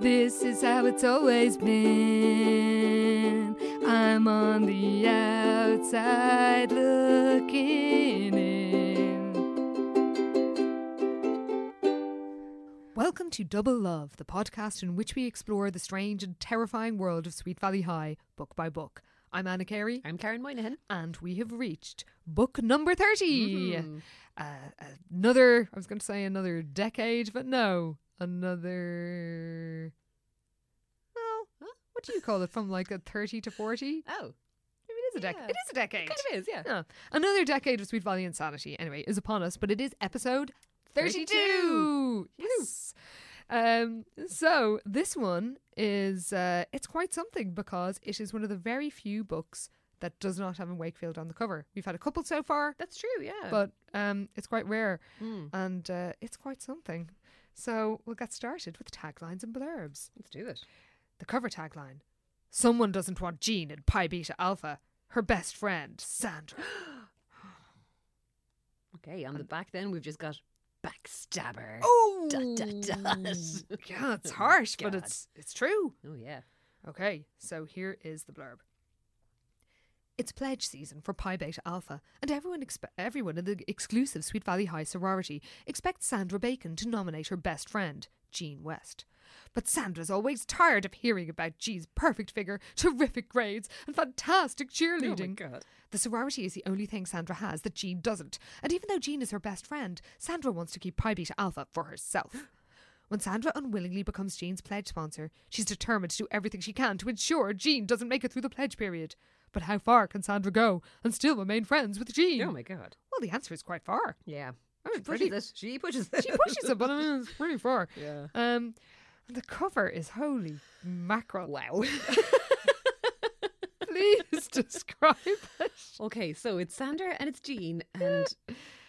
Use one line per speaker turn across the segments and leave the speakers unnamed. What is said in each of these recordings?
This is how it's always been. I'm on the outside looking in. Welcome to Double Love, the podcast in which we explore the strange and terrifying world of Sweet Valley High, book by book. I'm Anna Carey.
I'm Karen Moynihan.
And we have reached book number 30. Mm-hmm. Uh, another, I was going to say another decade, but no, another well huh? what do you call it from like a 30 to 40
oh I mean,
it is a decade.
Yeah.
It is a decade.
It kind of is, yeah.
Yeah. Another decade of Sweet Valley Insanity, anyway, is upon us, but it is episode 32.
32. Yes.
Um, so this one is, uh, it's quite something because it is one of the very few books that does not have a Wakefield on the cover. We've had a couple so far.
That's true, yeah.
But um, it's quite rare
Mm.
and uh, it's quite something. So we'll get started with taglines and blurbs.
Let's do it.
The cover tagline Someone doesn't want Jean in Pi Beta Alpha, her best friend, Sandra.
Okay, on the back then, we've just got backstabber.
oh!
Dot, dot, dot.
yeah, it's harsh, but
God.
it's it's true.
Oh, yeah.
Okay, so here is the blurb. It's pledge season for Pi Beta Alpha, and everyone expe- everyone in the exclusive Sweet Valley High sorority expects Sandra Bacon to nominate her best friend, Jean West. But Sandra's always tired of hearing about Jean's perfect figure, terrific grades, and fantastic cheerleading.
Oh, my God.
The sorority is the only thing Sandra has that Jean doesn't, and even though Jean is her best friend, Sandra wants to keep Pi Beta Alpha for herself. When Sandra unwillingly becomes Jean's pledge sponsor, she's determined to do everything she can to ensure Jean doesn't make it through the pledge period. But how far can Sandra go and still remain friends with Jean?
Oh, my God.
Well, the answer is quite far.
Yeah.
I mean,
She pushes
pretty,
it. She pushes it.
she pushes it, but I mean, it's pretty far.
Yeah.
Um, and the cover is holy mackerel.
Wow.
Please describe it.
okay, so it's Sandra and it's Jean, and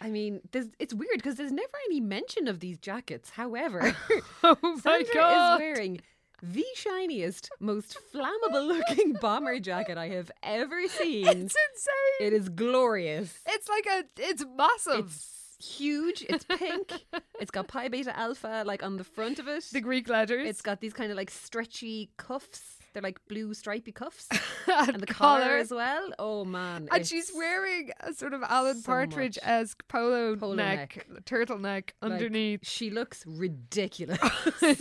I mean, there's, it's weird because there's never any mention of these jackets. However,
Oh my
Sandra
god!
is wearing the shiniest, most flammable-looking bomber jacket I have ever seen.
It's insane.
It is glorious.
It's like a. It's massive.
It's huge. It's pink. it's got pi beta alpha like on the front of it.
the Greek letters.
It's got these kind of like stretchy cuffs. They're like blue stripy cuffs.
and,
And the
collar.
collar, as well. Oh man.
And
it's-
she's wearing a sort of Alan
so
Partridge esque polo,
Polo
neck, turtleneck
like,
underneath.
She looks ridiculous.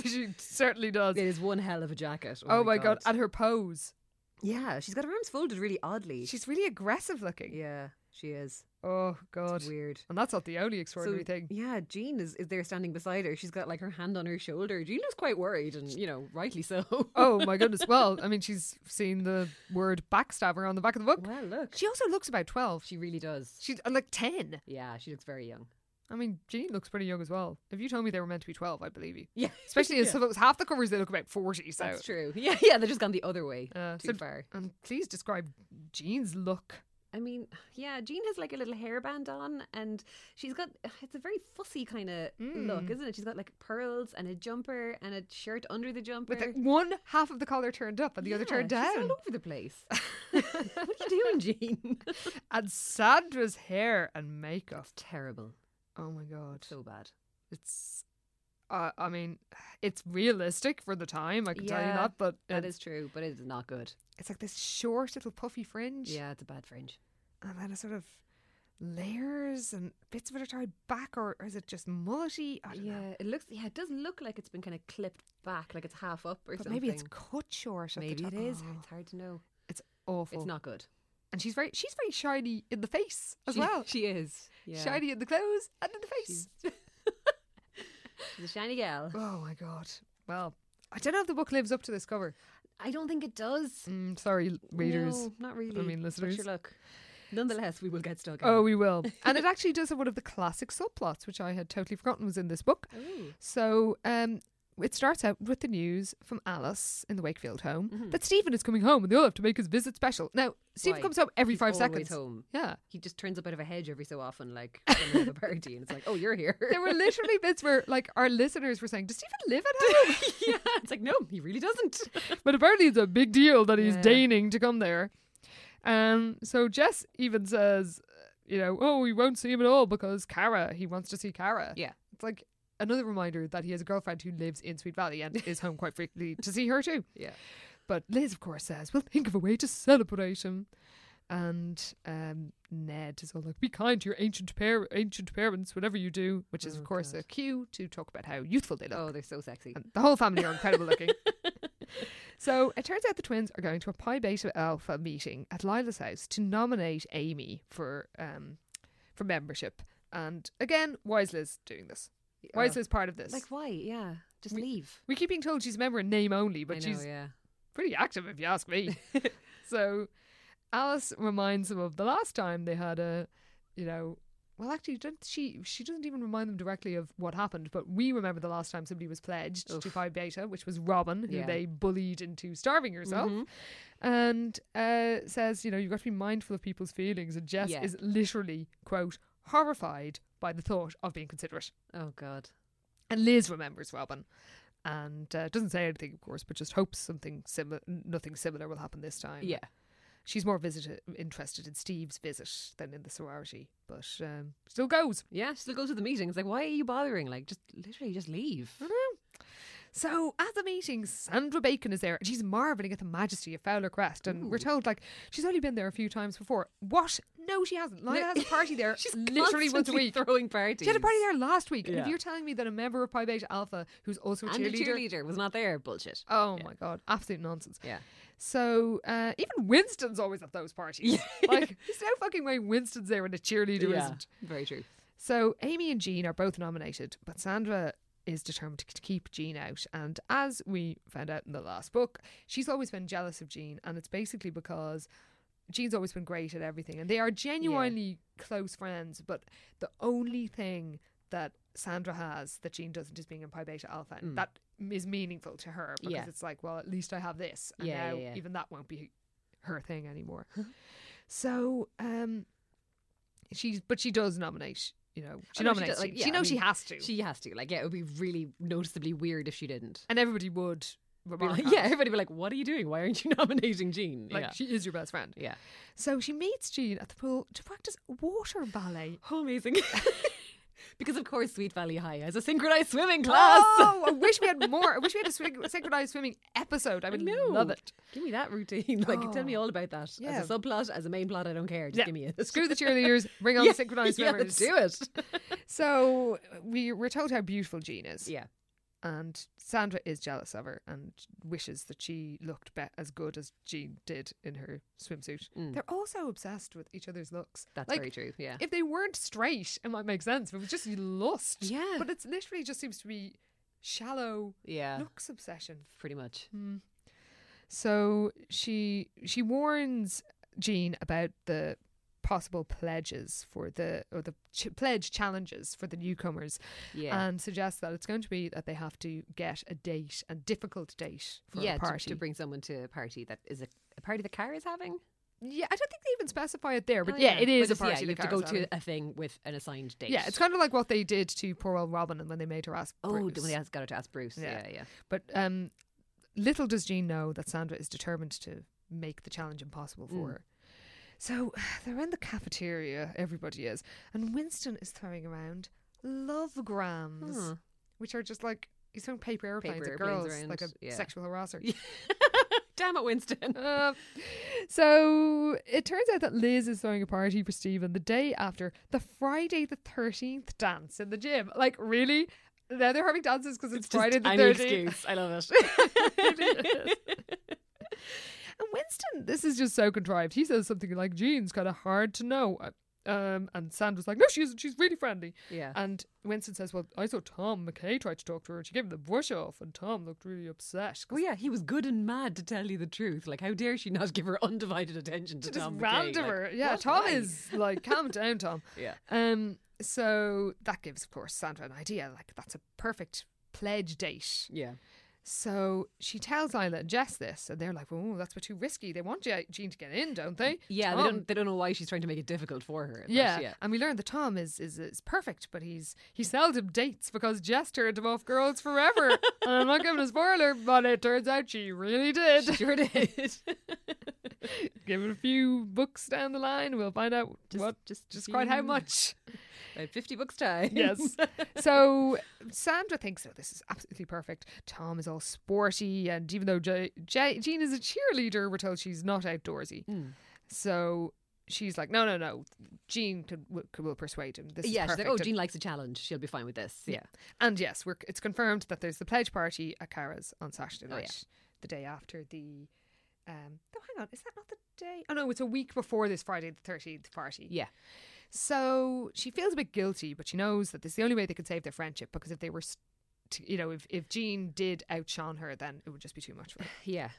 she certainly does.
it is one hell of a jacket.
Oh, my god. And her pose.
Yeah, she's got her arms folded really oddly.
She's really aggressive looking.
yeah, she is.
Oh god.
It's weird.
And that's not the only
So,
extraordinary thing.
Yeah, Jean is, is there standing beside her. She's got like her hand on her shoulder. Jean looks quite worried and, you know, rightly so.
Oh my goodness. Well, I mean, she's seen the word backstabber on the back of the book.
Well, look.
She also looks about 12.
She really does.
She's uh, like 10.
Yeah, she looks very young.
I mean, Jean looks pretty young as well. If you told me they were meant to be 12, I'd believe you.
Yeah,
Especially as
Yeah.
if it was half the covers, they look about 40. So,
that's true. Yeah, yeah, they've just gone the other way
Uh,
too
so-
far.
And please describe Jean's look.
I mean, yeah, Jean has like a little hairband on, and she's got it's a very fussy kind of look,
Mm.
isn't it? She's got like pearls and a jumper and a shirt under the jumper.
With like one half of the collar turned up and the other
Yeah,
turned
she's
down.
all over the place. what are you doing, Jean?
And Sandra's hair and makeup.
Terrible.
Oh my god.
So bad.
It's. Uh, I mean, it's realistic for the time, I can tell you
Yeah,
that, but
That
it's-
is true, but it is not good.
it's like this short little puffy fringe.
Yeah, it's a bad fringe.
And then a sort of layers and bits of it are tied back, or, or is it just mullety? I don't know.
Yeah, it looks. Yeah, it does look like it's been kind of clipped back, like it's half up or
But
something.
maybe it's cut short. At
maybe
the
it
top.
is.
Oh,
It's hard to know.
it's awful.
It's not good
and she's very she's very shiny in the face as
She-
well.
She is yeah.
Shiny in the clothes and in the face.
She's, she's a shiny gal.
Oh my god. Well, I don't know if the book lives up to this cover.
I don't think it does.
Mm, sorry, l- readers.
No, not really.
mean,
But
listeners.
Sure look. Nonetheless, we will get stuck.
Oh, we will. and it
Oh.
actually does have one of the classic subplots, which I had totally forgotten was in this book.
in. Ooh.
So, um, it starts out with the news from Alice in the Wakefield home that Stephen is coming home and they'll have to make his visit special. Now, Stephen
Right.
comes home every
He's
five
always
seconds.
home.
Yeah.
He just turns up out of a hedge every so often, like when we have a party, and it's like, oh, you're here.
There were literally bits where, like, our listeners were saying, "Does Stephen live at home?"
yeah, it's like no, he really doesn't.
but apparently it's a big deal that he's
Yeah.
deigning to come there. Um, so Jess even says, you know, oh, he won't see him at all because Cara, he wants to see Cara.
Yeah.
It's like another reminder that he has a girlfriend who lives in Sweet Valley and is home quite frequently to see her too.
Yeah.
But Liz, of course, says, we'll think of a way to celebrate him. And um, Ned is all like, be kind to your ancient, par- ancient parents, whatever you do, which is, of
Oh,
course,
God.
a cue to talk about how youthful they look.
Oh, they're so sexy.
And the whole family are incredible looking. so it turns out the twins are going to a Pi Beta Alpha meeting at Lila's house to nominate Amy for um for membership. And again, why is Liz doing this? Why is
Oh.
Liz part of this?
Like why? Yeah, just leave.
we keep being told she's a member in name only, but
I know.
she's
yeah.
pretty active if you ask me. so Alice reminds them of the last time they had a, you know, well actually don't she she doesn't even remind them directly of what happened, but we remember the last time somebody was pledged to
Oof.
Phi Beta, which was Robin, who
Yeah.
they bullied into starving herself,
Mm-hmm.
and uh, says, you know, you've got to be mindful of people's feelings, and Jess
Yeah.
is literally quote horrified by the thought of being considerate.
Oh God.
And Liz remembers Robin, and uh, doesn't say anything, of course, but just hopes something similar, nothing similar will happen this time. she's more visited, interested in Steve's visit than in the sorority, but um, still goes.
Yeah. She still goes to the meeting. It's like, why are you bothering? Like, just literally, just leave.
So at the meeting, Sandra Bacon is there, and she's marveling at the majesty of Fowler Crest. And we're told like she's only been there a few times before. What? No, she hasn't. Lila has a party there.
She's
literally once a
constantly
week.
throwing parties.
She had a party there last week, and if
Yeah.
you're telling me that a member of Pi Beta Alpha, who's also a
and the
cheerleader,
cheerleader was not there. Bullshit.
oh my god, absolute nonsense.
Yeah.
So uh, even Winston's always at those parties. like, there's no fucking way Winston's there and a cheerleader isn't.
Very true.
So Amy and Jean are both nominated, but Sandra is determined to k- to keep Jean out. And as we found out in the last book, she's always been jealous of Jean, and it's basically because Jean's always been great at everything, and they are genuinely close friends. But the only thing that Sandra has that Jean doesn't is being in Pi Beta Alpha, and
Mm.
that is meaningful to her because
Yeah.
it's like, well, at least I have this, and
Yeah,
now
yeah, yeah.
even that won't be her thing anymore. so, um, she's but she does nominate. You know, she
Oh, no, she
nominates.
does, like,
you.
yeah,
she
I
knows she
mean,
has to,
She has to. Like, yeah, it would be really noticeably weird if she didn't.
and everybody would
Be
remark.
like-
on
yeah,
it.
everybody would be like, "What are you doing? Why aren't you nominating Jean?"
like
yeah.
she is your best friend.
yeah.
So she meets Jean at the pool to practice water ballet.
Oh, amazing. because of course, Sweet Valley High has a synchronized swimming class.
Oh, I wish we had more. I wish we had a swing, synchronized swimming episode. I would love
know.
it.
Give me that routine. Like, tell me
Oh,
all about that.
yeah.
As a subplot, as a main plot, I don't care. Just
Yeah.
give me it.
Screw the cheerleaders. Bring on
yeah,
the synchronized
yeah,
swimmers.
let's do it.
So we we're told how beautiful Jean is.
yeah.
and Sandra is jealous of her and wishes that she looked be- as good as Jean did in her swimsuit.
Mm.
They're also obsessed with each other's looks.
That's
Like,
very true. Yeah.
If they weren't straight, it might make sense, but it was just lust.
Yeah.
But it literally just seems to be shallow
yeah.
looks obsession.
Pretty much.
So she she warns Jean about the possible pledges for the or the ch- pledge challenges for the newcomers
Yeah.
and suggests that it's going to be that they have to get a date a difficult date for
yeah.
a
to-
party
To, bring someone to a party that is a, a party that Cara is having.
yeah I don't think they even specify it there but
Oh,
yeah, it is
But
a
it's- yeah,
party
you
that
have to
Cara's
go to
having.
a thing with an assigned date.
yeah it's kind of like what they did to poor old Robin and when they made her ask
Oh,
Bruce.
when he has got her to ask Bruce.
Yeah.
Yeah, yeah.
But um, little does Jean know that Sandra is determined to make the challenge impossible for
Mm.
her. So they're in the cafeteria, everybody is, and Winston is throwing around lovegrams,
Huh.
which are just like he's throwing paper airplanes
Paper
at
airplanes
girls, like a
around, yeah.
sexual harasser.
Damn it, Winston.
Uh, so it turns out that Liz is throwing a party for Stephen the day after the Friday the 13th dance in the gym. Like, really? Now they're having dances because it's,
Just
Friday the
any
13th.
excuse. I love it.
And Winston, this is just so contrived. He says something like, Jean's kind of hard to know. Uh, Um, and Sandra's like, no, she isn't. She's really friendly.
yeah.
And Winston says, well, I saw Tom McKay tried to talk to her and she gave him the brush off and Tom looked really upset. 'cause
Well, yeah, he was good and mad to tell you the truth. Like, how dare she not give her undivided attention to,
just
Tom McKay? Like,
randomer. yeah,
what?
Tom
Why?
is like, calm down, Tom.
Yeah.
Um, so that gives, of course, Sandra an idea. Like, that's a perfect pledge date.
Yeah.
So she tells Isla and Jess this, and they're like, "Oh, that's a bit too risky. They want Je- Jean to get in, don't they?"
Yeah, they
Tom-
don't, they don't know why she's trying to make it difficult for her. but
Um, Yeah. and we learn that Tom is, is is perfect, but he's he seldom dates because Jess turned him off girls forever. and I'm not giving a spoiler, but it turns out she really did.
Sure did.
Give it a few books down the line, we'll find out what
Just,
just quite how
you-
much.
About 50 books time.
Yes. so Sandra thinks, oh, this is absolutely perfect. Tom is all sporty, and even though Je- Je- Jean is a cheerleader, we're told she's not outdoorsy.
Mm.
So she's like, no, no, no. Jean could, will, could- will persuade him. This
yeah,
is
she's like,
perfect.
oh,
And-
Jean likes a challenge. She'll be fine with this. Yeah.
And yes, we're, it's confirmed that there's the pledge party at Cara's on Saturday
Oh, yeah.
night, the day after the. Um, oh, hang on, is that not the day? Oh no, it's a week before this Friday the thirteenth party.
Yeah.
So she feels a bit guilty, but she knows that this is the only way they could save their friendship because if they were, st- to, you know, if if Jean did outshone her, then it would just be too much for her,
Yeah.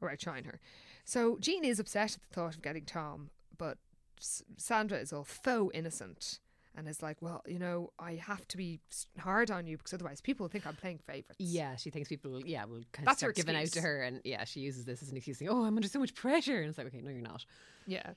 or outshine her. So Jean is upset at the thought of getting Tom, but S- Sandra is all faux innocent and is like, well, you know, I have to be s- hard on you because otherwise people think I'm playing favorites.
Yeah, she thinks people will, yeah, will kind of
That's her
start giving out to
excuse.
her. And yeah, she uses this as an excuse saying, oh, I'm under so much pressure. And it's like, okay, no, you're not.
Yeah.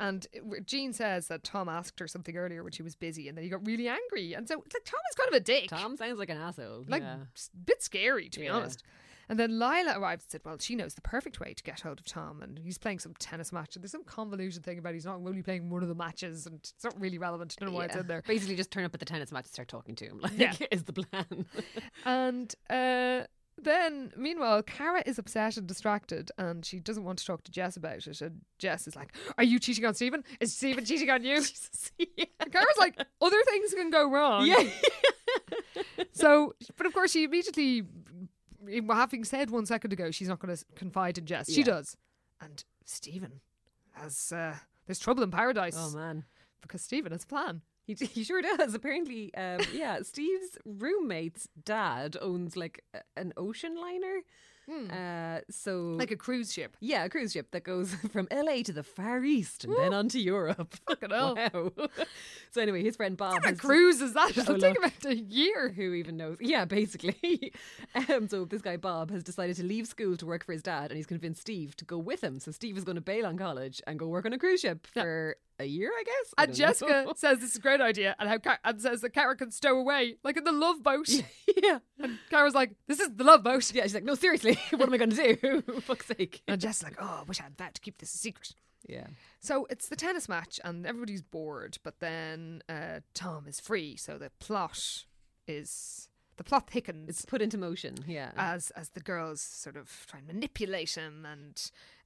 And it- where Jean says that Tom asked her something earlier when she was busy and then he got really angry. And so it's like Tom is kind of a dick.
Tom sounds like an asshole.
Like
yeah.
s- bit scary to be
Yeah.
honest. And then Lila arrives and said, Well, she knows the perfect way to get hold of Tom and he's playing some tennis match. And there's some convoluted thing about he's not only playing one of the matches and it's not really relevant. I don't know why it's
Yeah.
in there.
Basically, just turn up at the tennis match and start talking to him. Like,
Yeah.
is the plan.
And uh, then, meanwhile, Cara is upset and distracted, and she doesn't want to talk to Jess about it. And Jess is like, "Are you cheating on Stephen? Is Stephen cheating on you?"
yeah.
And Cara's like, "Other things can go wrong."
Oh, Yeah.
So, but of course, she immediately, having said one second ago, she's not going to confide in Jess. She
Yeah.
does, and Stephen has. Uh, there's trouble in paradise
Oh, man.
because Stephen has a plan.
He, d- he sure does. Apparently, um, yeah. Steve's roommate's dad owns like a- an ocean liner. Uh, so
Hmm. Like a cruise ship.
yeah, a cruise ship that goes from LA to the Far East and then on to Europe.
Fucking hell.
Wow. so anyway, his friend Bob.
What a
has-
cruise is that? It'll
Oh,
take
look.
about a year.
who even knows? Yeah, basically. um, so this guy Bob has decided to leave school to work for his dad, and he's convinced Steve to go with him. So Steve is going to bail on college and go work on a cruise ship for a year, I guess. I
And
don't know.
Jessica says this is a great idea, and how Car- and says that Cara can stow away, like in the love boat.
yeah,
And Cara's like, "This is the love boat."
yeah. She's like, no, seriously, what am I going to do? Fuck's sake.
And Jess is like, "Oh, I wish I had that to keep this a secret."
Yeah.
So it's the tennis match, and everybody's bored. But then uh, Tom is free, so the plot is the plot thickens
It's put into motion. Yeah.
as as the girls sort of try and manipulate him and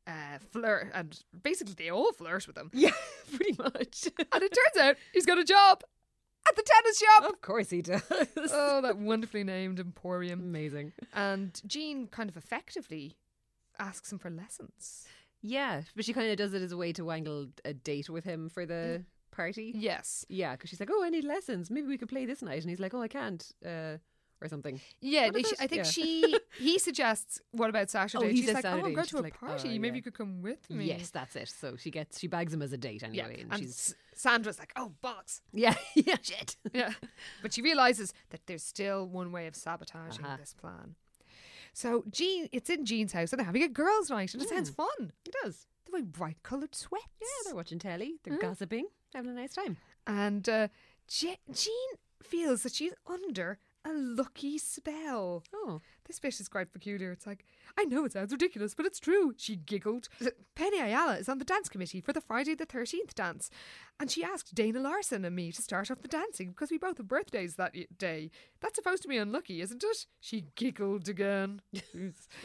uh, flirt, and basically they all flirt with him.
yeah, pretty much.
And it turns out he's got a job at the tennis shop.
of course he does.
Oh, that wonderfully named emporium.
Amazing.
And Jean kind of effectively asks him for lessons.
Yeah, but she kind of does it as a way to wangle a date with him for the party.
Yes.
Mm. Yeah, because she's like, "Oh, I need lessons. Maybe we could play this night," and he's like, "Oh, I can't," uh, or something.
Yeah,
What
they-
about-
she- I think
yeah.
she he suggests what about Saturday?
he
She's
says
like, Oh, I'm
Saturday."
going
She's
to a
like, "Oh,
party. Maybe
yeah."
you could come with me.
Yes, that's it. So she gets she bags him as a date
Yeah.
anyway, and,
And
she's
S- Sandra's like, Oh bollocks.
yeah, yeah, shit.
Yeah. but she realizes that there's still one way of sabotaging
Uh-huh.
this plan. So Jean it's in Jean's house and they're having a girls' night and it sounds fun.
Hmm. It does.
They're wearing bright coloured sweats.
Yeah, they're watching telly, they're gossiping, having a nice time.
and uh, Je- Jean feels that she's under a lucky spell.
Oh,
This bit is quite peculiar. It's like, I know it sounds ridiculous, but it's true. She giggled. Penny Ayala is on the dance committee for the Friday the 13th dance, and she asked Dana Larson and me to start off the dancing because we both have birthdays that y- day. That's supposed to be unlucky, isn't it? She giggled again.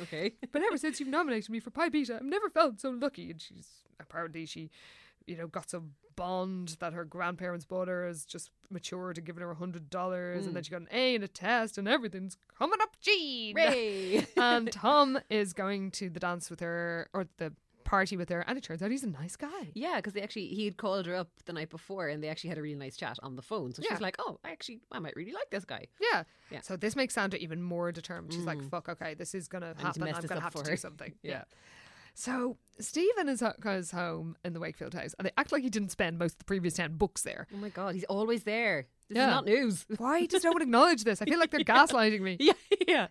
okay.
But ever since you've nominated me for Pi Beta, I've never felt so lucky. And she's apparently she, you know, got some bond that her grandparents bought her as just matured and given her a hundred dollars, and then she got an A in a test, and everything's coming up, Jean.
Ray.
and Tom is going to the dance with her or the party with her, and it turns out he's a nice guy.
Yeah, because they actually he had called her up the night before, and they actually had a really nice chat on the phone. So
Yeah.
she's like, "Oh, I actually, I might really like this guy."
Yeah.
Yeah. Mm.
So this makes Sandra even more determined. She's like, fuck, okay, this is going to
to
happen.
mess
I'm
this
going to
up
have to
for
do
her."
something. yeah.
Yeah.
So Stephen is at his home in the Wakefield house, and they act like he didn't spend most of the previous ten books there.
Oh my god, he's always there. This
Yeah.
is not news.
Why does no one acknowledge this? I feel like they're gaslighting me.
yeah, yeah.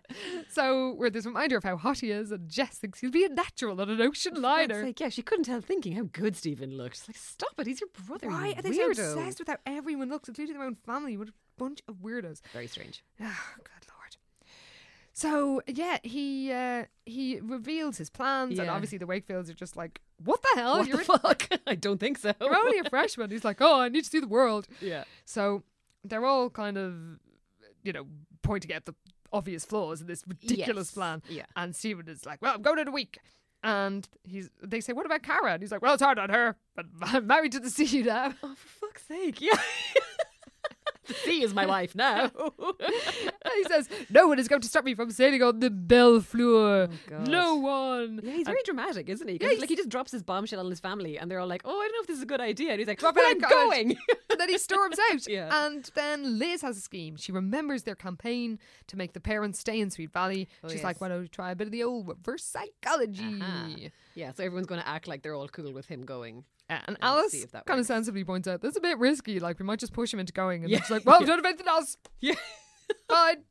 So we're this reminder of how hot he is, and Jess thinks he'll be a natural on an ocean
It's
liner.
like, yeah, she couldn't help thinking how good Stephen looked. It's like, stop it, he's your brother. you
Why are they so
weirdo.
obsessed with how everyone looks, including their own family? What a bunch of weirdos.
Very strange.
Ah, good lord. So yeah, he uh, he reveals his plans, and
Yeah.
obviously the Wakefields are just like, "What the hell?
what
you're,
the fuck? I don't think so.
you're only a freshman." He's like, "Oh, I need to see the world."
yeah.
So they're all kind of, you know, pointing out the obvious flaws in this ridiculous
Yes.
plan.
Yeah.
And Stephen is like, "Well, I'm going in a week." And he's they say, "What about Cara?" And he's like, "Well, it's hard on her, but I'm married to the sea now."
Oh, for fuck's sake. Yeah. the sea is my wife now.
And he says, "No one is going to stop me from sailing on the Bellfleur.
Oh, God.
no one."
Yeah, he's very dramatic, isn't he? 'Cause,
he's-
like he just drops his bombshell on his family, and they're all like, "Oh, I don't know if this is a good idea." And he's like,
Drop
"Drop
it,
it,
I
I'm
got it."
going."
and then he storms out.
Yeah.
And then Liz has a scheme. She remembers their campaign to make the parents stay in Sweet Valley.
Oh,
She's like,
yes.
why don't we try a bit of the old reverse psychology?
Aha.
Mm.
yeah, so everyone's going to act like they're all cool with him going.
And
see
Alice
if that
kind of
works.
sensibly points out, that's a bit risky. Like, we might just push him into going. And
Yeah.
she's like, well, we don't have anything else.
Yeah. Oh,
Fine.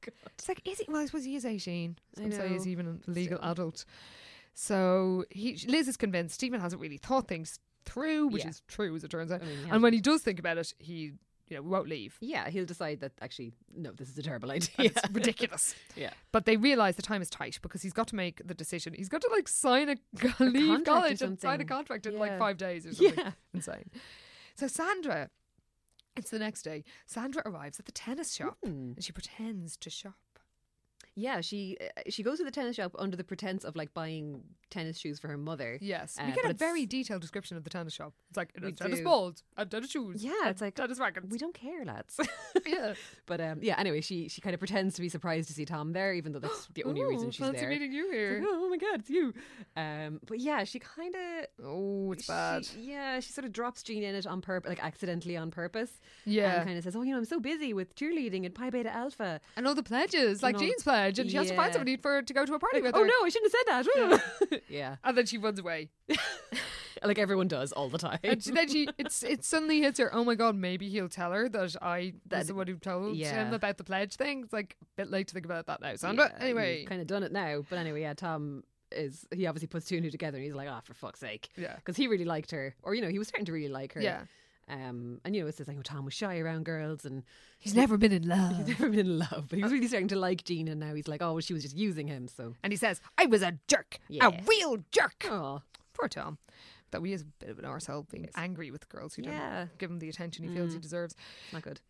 God.
It's like, is he? Well, I suppose he is 18.
I
So he's
know.
even an legal adult. So he, Liz is convinced Stephen hasn't really thought things through, which
Yeah.
is true, as it turns out.
I mean, he
and when he does think about it, he you know, won't leave.
Yeah, he'll decide that actually, no, this is a terrible
and
idea.
It's ridiculous.
Yeah.
But they realise the time is tight because he's got to make the decision. He's got to like sign a, leave
contract or
college and sign a
something.
contract in like
Yeah.
five days or something
Yeah.
insane. So Sandra, it's the next day. Sandra arrives at the tennis shop
Hmm.
and she pretends to shop.
Yeah, she uh, she goes to the tennis shop under the pretense of like buying tennis shoes for her mother.
Yes,
Uh,
we get
but
a
it's-
very detailed description of the tennis shop. It's like you know,
We
tennis
do.
balls, and tennis shoes.
Yeah,
and
it's like,
tennis rackets.
We don't care, lads.
yeah.
but um, yeah, anyway, she she kind of pretends to be surprised to see Tom there, even though that's the only reason
Ooh,
she's
fancy
there.
meeting you
It's
here.
like, oh my god, it's you. Um, but yeah, she kind of
Oh, it's bad.
yeah, she sort of drops Jean in it on purpose, like accidentally on purpose.
Yeah.
and kind of says, "Oh, you know, I'm so busy with cheerleading and Pi Beta Alpha."
and all the pledges, like
all the-
Jean's pledge, and she has to find
Yeah.
somebody for to go to a party with
oh
her.
no, I shouldn't have said that. Yeah.
And then she runs away.
like everyone does all the time.
And she, then she, it's it suddenly hits her. Oh my god, maybe he'll tell her that I was
That-
the one who told him
yeah.
about the pledge thing. It's like a bit late to think about that now, Sandra. anyway,
kind of done it now, but anyway, yeah, Tom is he obviously puts two and two together, and he's like, "Ah, for fuck's sake,"
yeah,
because he really liked her, or you know, he was starting to really like her.
yeah.
Um, and you know, it says like, "Oh, Tom was shy around girls, and
He's never been in love.
never been in love," but he was really starting to like Jean, and now he's like, "Oh, well, she was just using him," so.
And he says, "I was a jerk, a
Yeah.
real jerk."
Oh,
Poor Tom. Though he is a bit of an arsehole being angry with girls who
Yeah. Mm.
don't give him the attention he feels he deserves.
not good.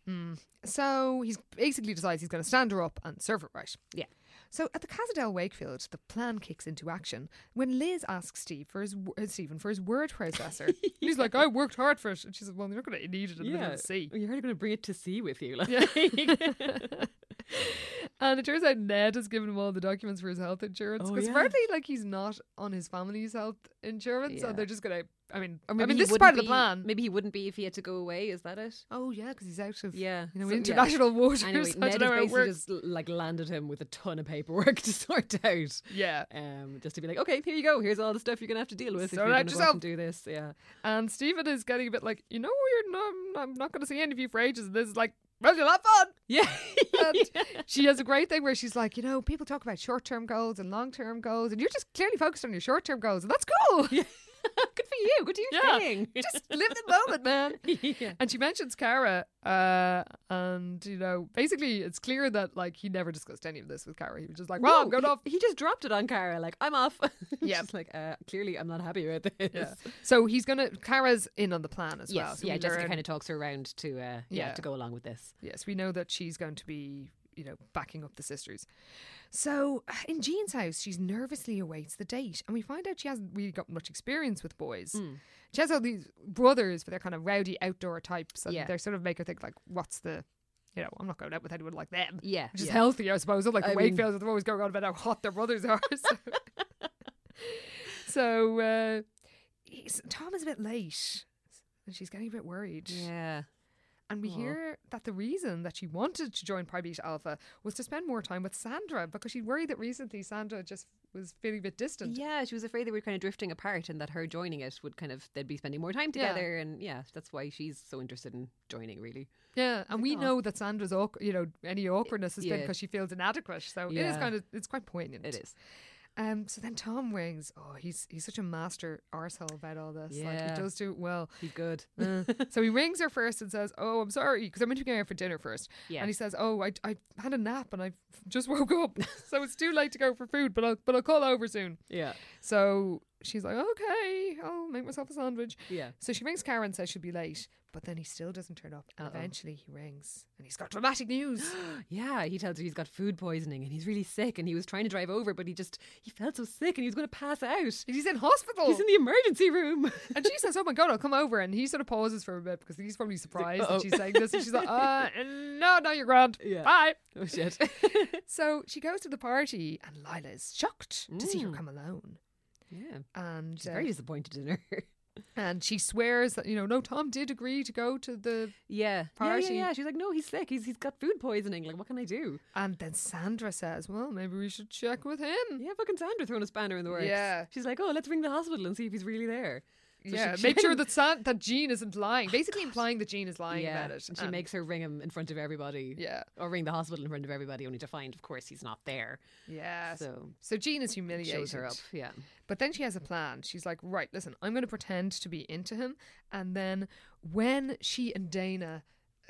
So he's basically decides he's going to stand her up and serve her right.
Yeah.
So at the Casadel Wakefield, the plan kicks into action when Liz asks Steve for his wo- uh, Stephen for his word processor. And He's like, "I worked hard for it," and she says, "Well, you're not going to need it in the middle of the sea."
You're already going to bring it to sea with you.
Yeah. and it turns out Ned has given him all the documents for his health insurance
Oh,
because
yeah.
apparently, like, he's not on his family's health insurance,
Yeah.
and they're just going to. I mean, I
Or maybe
mean,
he
this is
wouldn't
part of the
be-
plan.
Maybe he wouldn't be if he had to go away. Is that it?
Oh yeah, because he's out of
Yeah.
you know
So, yeah.
international waters.
Anyway,
I
Ned
don't
has
know how it
basically
works.
just l- like landed him with a ton of paperwork to sort out.
Yeah.
Um, just to be like, okay, here you go. Here's all the stuff you're gonna have to deal with
Sort out
if you're gonna go
yourself."
off and do this. Yeah,
And Stephen is getting a bit like, you know, you're not, I'm not, going to see any of you for ages. And this is like, well, you'll have fun.
yeah.
And she has a great thing where she's like, you know, people talk about short term goals and long term goals, and you're just clearly focused on your short term goals, and that's cool.
good for you. Good to your
Yeah.
thing.
just live the moment, man.
yeah.
And she mentions Cara, uh, and you know, basically, it's clear that like he never discussed any of this with Cara. He was just like, "Well, I'm
No,
going
he,
off."
He just dropped it on Cara. Like, I'm off.
Yeah.
She's like, uh, clearly, I'm not happy with this.
Yeah. So he's gonna. Cara's in on the plan as
Yes,
well. So
yeah.
we
Jessica
learn-
kind of talks her around to, uh, yeah,
Yeah.
to go along with this.
Yes, we know that she's going to be, you know, backing up the sisters. So uh, in Jean's house, she's nervously awaits the date, and we find out she hasn't really got much experience with boys.
Hmm.
She has all these brothers, but they're kind of rowdy outdoor types, and
Yeah.
they sort of make her think like, "What's the, you know, I'm not going out with anyone like them."
Yeah,
which is
yeah.
healthy, I suppose. Unlike the
I mean-
Wakefields, they're always going on about how hot their brothers are. So, so uh, he's, Tom is a bit late, and she's getting a bit worried.
Yeah.
And we hear that the reason that she wanted to join Pi Beta Alpha was to spend more time with Sandra because she worried that recently Sandra just was feeling a bit distant.
Yeah, she was afraid they were kind of drifting apart and that her joining it would kind of, they'd be spending more time
Yeah.
together. And yeah, that's why she's so interested in joining, really.
Yeah, and we
"Oh."
know that Sandra's, awk- you know, any awkwardness has been
Yeah.
because she feels inadequate. So it is
Yeah.
kind of, it's quite poignant.
It is.
Um. So then Tom Wings, oh, he's he's such a master arsehole about all this. Like
Yeah.
he does do it well.
He's good.
Uh, so he rings her first and says, "Oh, I'm sorry, because I'm meant to be going out for dinner first.
Yeah.
And he says, "Oh, I, I had a nap and I just woke up, so it's too late to go for food, but I'll but I'll call over soon."
Yeah.
So she's like, "Okay, I'll make myself a sandwich."
Yeah.
So she rings Karen, says she'll be late, but then he still doesn't turn up. And
Uh-oh.
eventually he rings, and he's got dramatic news.
Yeah, he tells her he's got food poisoning and he's really sick and he was trying to drive over, but he just he felt so sick and he was going to pass out.
he's in hospital.
He's in the emergency room.
And she says, "Oh my god, I'll come over." And he sort of pauses for a bit because he's probably surprised that
"Uh-oh."
she's saying this. And she's like, "Uh, no, no, you're grand.
Yeah.
Bye."
oh shit.
So she goes to the party, and Lila is shocked to see her come alone.
yeah.
And
Mm. She's
uh,
very disappointed in her.
and she swears that you know, no, Tom did agree to go to the.
Yeah. Yeah,
Party.
yeah, yeah. She's like, no, he's sick. He's he's got food poisoning. Like, what can I do?
And then Sandra says, "Well, maybe we should check with him."
Yeah, fucking Sandra throwing a spanner in the works.
Yeah.
She's like, oh, let's ring the hospital and see if he's really there. So she-
yeah,
she-
make sure that San- that Jean isn't lying. Basically, implying that Jean is lying
yeah.
about it.
And she
And-
makes her ring him in front of everybody.
Yeah,
Or ring the hospital in front of everybody, only to find, of course, he's not there.
yeah. So,
So
Jean is humiliated.
shows her up. Yeah.
But then she has a plan. She's like, right, listen, I'm going to pretend to be into him. And then when she and Dana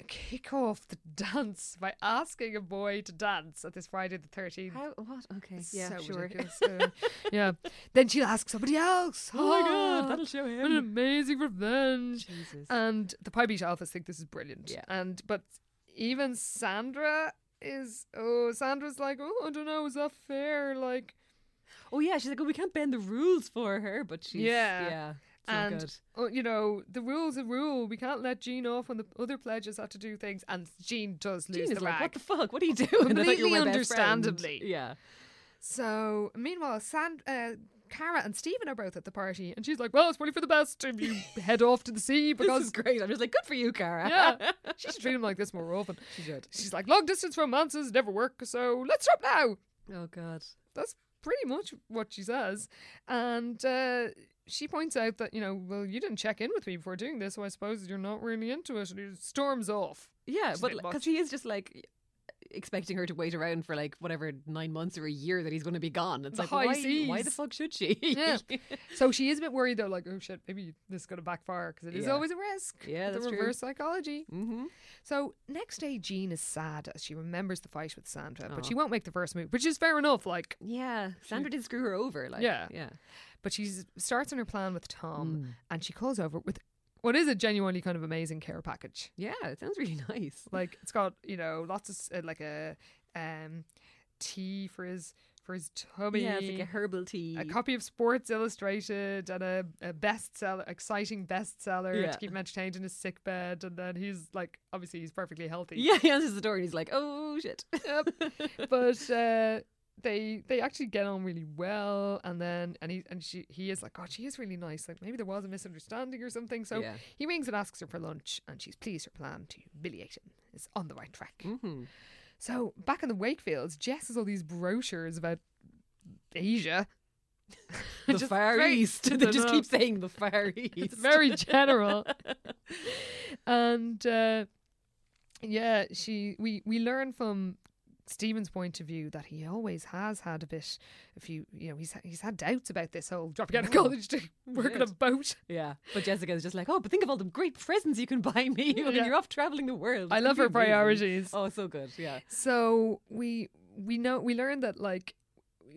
kick off the dance by asking a boy to dance at this Friday the 13th.
How? What? Okay.
it's
Yeah.
so
sure.
ridiculous. Uh, yeah. Then she'll ask somebody else.
Oh my
Ah,
god, that'll show
What an
him.
amazing revenge.
Jesus.
And the Pi Beta Alphas think this is brilliant.
Yeah.
And but even Sandra is oh Sandra's like, oh I don't know, is that fair? Like
oh yeah, she's like, oh, we can't bend the rules for her, but she's
Yeah.
yeah, it's not
And-
good.
oh, you know, the rule's a rule. We can't let Jean off when the other pledges have to do things, and Jean does lose
Jean
the
is like,
rag.
what the fuck? What are you doing? I thought you
Completely
were my best friend."
understandably.
Yeah.
so, meanwhile, Sand, uh, Cara and Stephen are both at the party, and she's like, "Well, it's probably for the best if you head off to the sea
Because
because."
great. I'm just like, good for you, Cara.
yeah, she should treat him like this more often.
she did.
She's like, long distance romances never work, so let's stop now.
Oh god.
That's pretty much what she says. And uh, she points out that, you know, well, you didn't check in with me before doing this, so I suppose you're not really into it. And he storms off.
Yeah,
She's a
but
bit much.
because he is just like expecting her to wait around for like whatever nine months or a year that he's going to be gone. It's
The
like
high
why, why the
seas.
fuck should she?
Yeah. So she is a bit worried though, like, oh shit, maybe this is going to backfire because it is
Yeah.
always a risk.
Yeah,
with
that's
the
true.
reverse psychology.
mm-hmm.
So next day, Jean is sad as she remembers the fight with Sandra, but
Aw.
she won't make the first move, which is fair enough. Like,
Yeah. Sandra did screw her over. Like.
Yeah.
Yeah. Mm. Um,
but she starts on her plan with
Hmm.
Tom, and she calls over with what is a genuinely kind of amazing care package.
Yeah. It sounds really nice.
Like it's got you know lots of s- uh, like a um tea for his for his tummy.
yeah, it's like a herbal tea.
a copy of Sports Illustrated and a, a bestseller, exciting bestseller
Yeah.
to keep him entertained in his sick bed. And then he's like, obviously, he's perfectly healthy.
Yeah, he answers the door and he's like, "Oh shit."
but uh, they they actually get on really well. And then and he and she he is like, God, she is really nice. Like maybe there was a misunderstanding or something. So
Yeah.
he rings and asks her for lunch, and she's pleased her plan to humiliate him is on the right track.
Mm-hmm.
So back in the Wakefields, Jess has all these brochures about Asia.
The
Just
Far
very-
East.
I
They
don't
just
know.
keep saying the Far East.
It's very general. and uh, yeah, she we we learn from Stephen's point of view that he always has had a bit, a few, you know, he's he's had doubts about this whole dropping out of
Oh,
college to work on a
shit.
boat.
yeah. But Jessica's just like, "Oh, but think of all the great presents you can buy me when
Yeah.
you're off traveling the world."
I
That'd
love
be
her
amazing.
priorities.
Oh, so good. Yeah.
So we we know we learned that like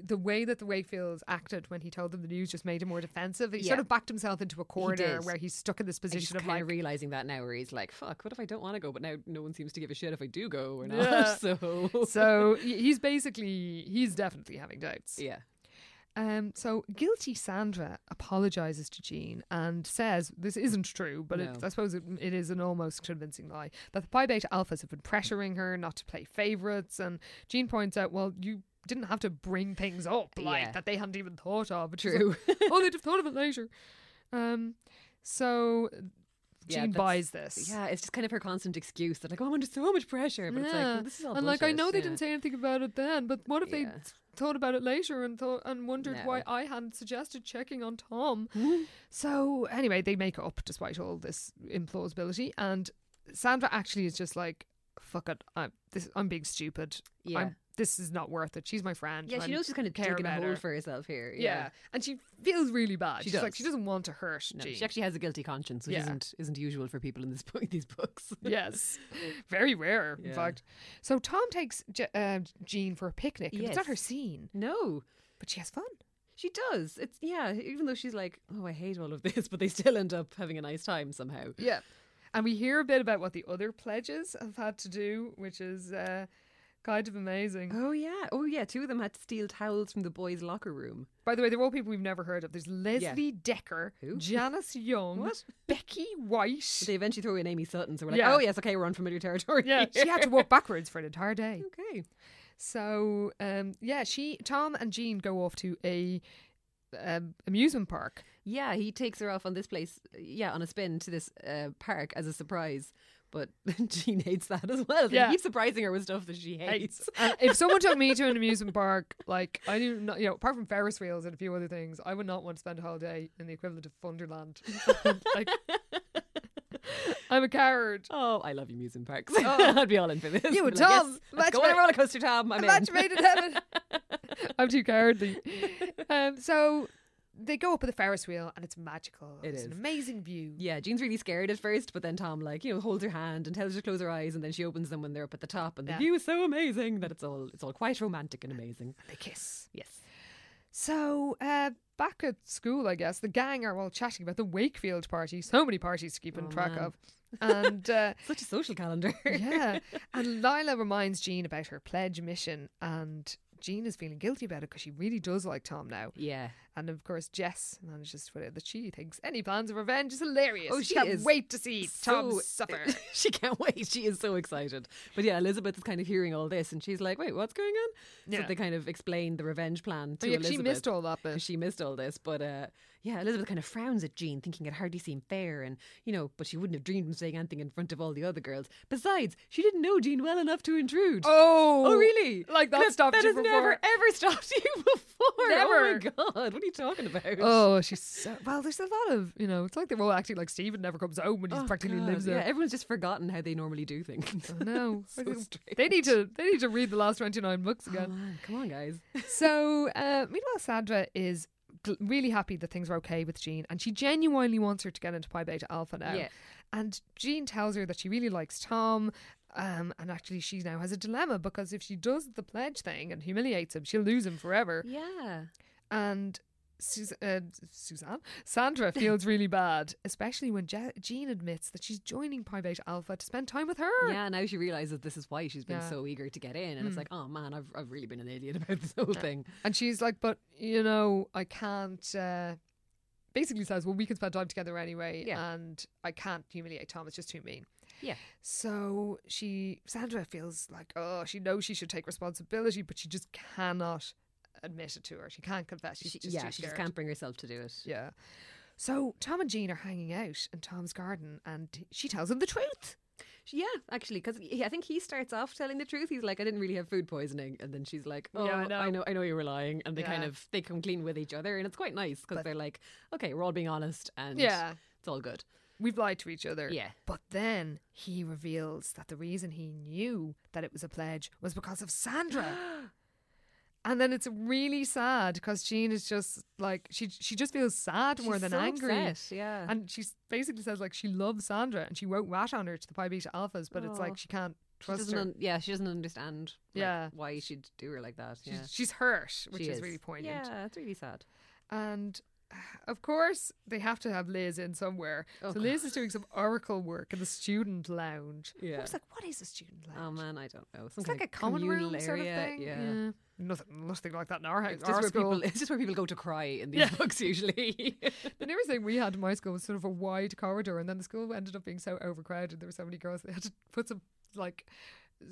the way that the Wakefields acted when he told them the news just made him more defensive. He sort
Yeah.
of backed himself into a corner
did.
where he's stuck in this
He's
position
kind
of like
of realizing that now, where he's like, "Fuck, what if I don't want to go?" But now no one seems to give a shit if I do go or not.
Yeah.
So,
so he- he's basically he's definitely having doubts.
yeah,
Um so guilty Sandra apologizes to Jean and says this isn't true, but it,
No.
I suppose it, it is an almost convincing lie that the Pi Beta Alphas have been pressuring her not to play favorites and Jean points out well you didn't have to bring things up like
Yeah.
that they hadn't even thought of. And she's like,
true.
oh, they'd have thought of it later. Um, so
Yeah,
Jean
that's-
buys this.
Yeah, it's just kind of her constant excuse that like, oh, I'm under so much pressure, but it's like,
Yeah.
well, this is all
and like I
bullshit.
know they
Yeah.
didn't say anything about it then, but what if they
Yeah.
th- thought about it later and thought and wondered
No.
why I hadn't suggested checking on Tom? so anyway, they make up despite all this implausibility, and Sandra actually is just like, "Fuck it, I'm this, I'm being stupid.
Yeah.
I'm, this is not worth it. She's my friend.
Yeah, she
and
knows she's kind of
care
digging a
about
hole
her."
for herself here.
Yeah. and she feels really bad.
She
She's like
does.
she doesn't want to hurt
No,
Jean.
she actually has a guilty conscience, which
Yeah.
isn't isn't usual for people in this book, these books.
yes, very rare, in
Yeah.
fact. So Tom takes Je- uh, Jean for a picnic. and It's not
Yes.
her scene,
No,
but she has fun.
she does. It's yeah. Even though she's like, oh, I hate all of this, but they still end up having a nice time somehow.
Yeah. And we hear a bit about what the other pledges have had to do, which is uh, kind of amazing.
Oh yeah, oh yeah. Two of them had to steal towels from the boys' locker room.
By the way, they're all people we've never heard of. There's Leslie Decker,
Who?
Janice Young,
What?
Becky White.
But they eventually throw in Amy Sutton, so we're like,
Yeah.
oh yes, okay, we're on familiar territory.
yeah, she had to walk backwards for an entire day.
okay.
So, um, yeah, she, Tom, and Jean go off to a um, amusement park.
Yeah, he takes her off on this place. Yeah, on a spin to this uh, park as a surprise. But Jean hates that as well. They
Yeah.
keep surprising her with stuff that she hates.
And if someone took me to an amusement park, like I do not, you know, apart from Ferris wheels and a few other things, I would not want to spend a whole day in the equivalent of Wonderland. like, I'm a coward.
Oh, I love you, amusement parks.
Oh.
I'd be all in for this.
You
I'd
and
be
Tom,
yes,
match
let's go on a
made-
roller coaster, Tom. I'm
I'm
in.
match made in heaven. I'm too cowardly. Um, so they go up with a Ferris wheel, and it's magical.
It
it's an
is.
amazing view.
Yeah, Jean's really scared at first, but then Tom, like you know, holds her hand and tells her to close her eyes, and then she opens them when they're up at the top, and the
Yeah.
view is so amazing that it's all it's all quite romantic and amazing.
They kiss.
Yes.
So uh, back at school, I guess the gang are all chatting about the Wakefield party. So many parties to keep in
Oh,
track
man.
of, and. Uh,
Such a social calendar.
yeah. And Lila reminds Jean about her pledge mission, and Jean is feeling guilty about it because she really does like Tom now.
yeah.
And of course, Jess manages to put out that she thinks any plans of revenge is hilarious.
Oh, she
can't
is
wait to see Tom
so-
suffer.
she can't wait. She is so excited. But yeah, Elizabeth is kind of hearing all this and she's like, wait, what's going on?
Yeah.
So they kind of explain the revenge plan to
Oh, yeah,
Elizabeth.
she missed all that
'cause
bit.
She missed all this. But uh, yeah, Elizabeth kind of frowns at Jean, thinking it hardly seemed fair. And, you know, but she wouldn't have dreamed of saying anything in front of all the other girls. Besides, she didn't know Jean well enough to intrude.
Oh,
Oh, really?
Like that
Cliff,
stopped
that
you
has never,
before.
ever stopped you before.
Never.
Oh, my God. What are you talking about?
Oh, she's so. Well, there's a lot of, you know, it's like they're all acting like Stephen never comes home when he
Oh,
practically
God.
lives there.
Yeah, everyone's just forgotten how they normally do things.
No,
So
they need to they need to read the last twenty nine books
Oh,
again.
man. Come on, guys.
So, uh, meanwhile, Sandra is gl- really happy that things are okay with Jean, and she genuinely wants her to get into Pi Beta Alpha now.
Yeah.
And Jean tells her that she really likes Tom, um, and actually, she now has a dilemma because if she does the pledge thing and humiliates him, she'll lose him forever.
Yeah.
And Sus- uh, Suzanne, Sandra feels really bad, especially when Je- Jean admits that she's joining Pi Beta Alpha to spend time with her.
Yeah, now she realizes this is why she's been
Yeah.
so eager to get in. And it's like, oh man, I've, I've really been an idiot about this whole thing.
And she's like, but you know, I can't. Uh, basically says, well, we can spend time together anyway,
Yeah.
and I can't humiliate Tom. It's just too mean.
Yeah.
So she, Sandra feels like, oh, she knows she should take responsibility, but she just cannot admit it to her. She can't confess. She's
She,
just
yeah,
too
she just
scared.
can't bring herself to do it.
Yeah. So Tom and Jean are hanging out in Tom's garden, and she tells him the truth.
She- Yeah, actually, because I think he starts off telling the truth. He's like, I didn't really have food poisoning. And then she's like, oh,
Yeah, I
I, know. I know you were lying. And they kind
Yeah.
of, they come clean with each other. And it's quite nice because they're like, okay, we're all being honest and
Yeah.
it's all good.
We've lied to each other.
Yeah.
But then he reveals that the reason he knew that it was a pledge was because of Sandra. and then it's really sad because Jean is just like she she just feels sad more
She's
than
so
angry.
upset, yeah.
And she s- basically says like she loves Sandra and she won't rat on her to the Pi Beta Alphas, but it's
Aw.
like she can't
she
trust
doesn't
her.
un- yeah, she doesn't understand like,
Yeah.
why she'd do her like that.
She's,
Yeah.
she's hurt, which
She
is. really poignant.
Yeah, it's really sad.
And of course, they have to have Liz in somewhere.
Oh,
so Liz is doing some oracle work in the student lounge. I
Yeah.
was like, what is a student lounge?
Oh man, I don't know. Some
It's
kind
like a
of
common room
communal
sort of
area,
thing.
Yeah.
Nothing, nothing like that in our house.
It's
our
just, where
school.
people, it's just where people go to cry in these
Yeah.
books usually.
the nearest thing we had in my school was sort of a wide corridor, and then the school ended up being so overcrowded. There were so many girls they had to put some like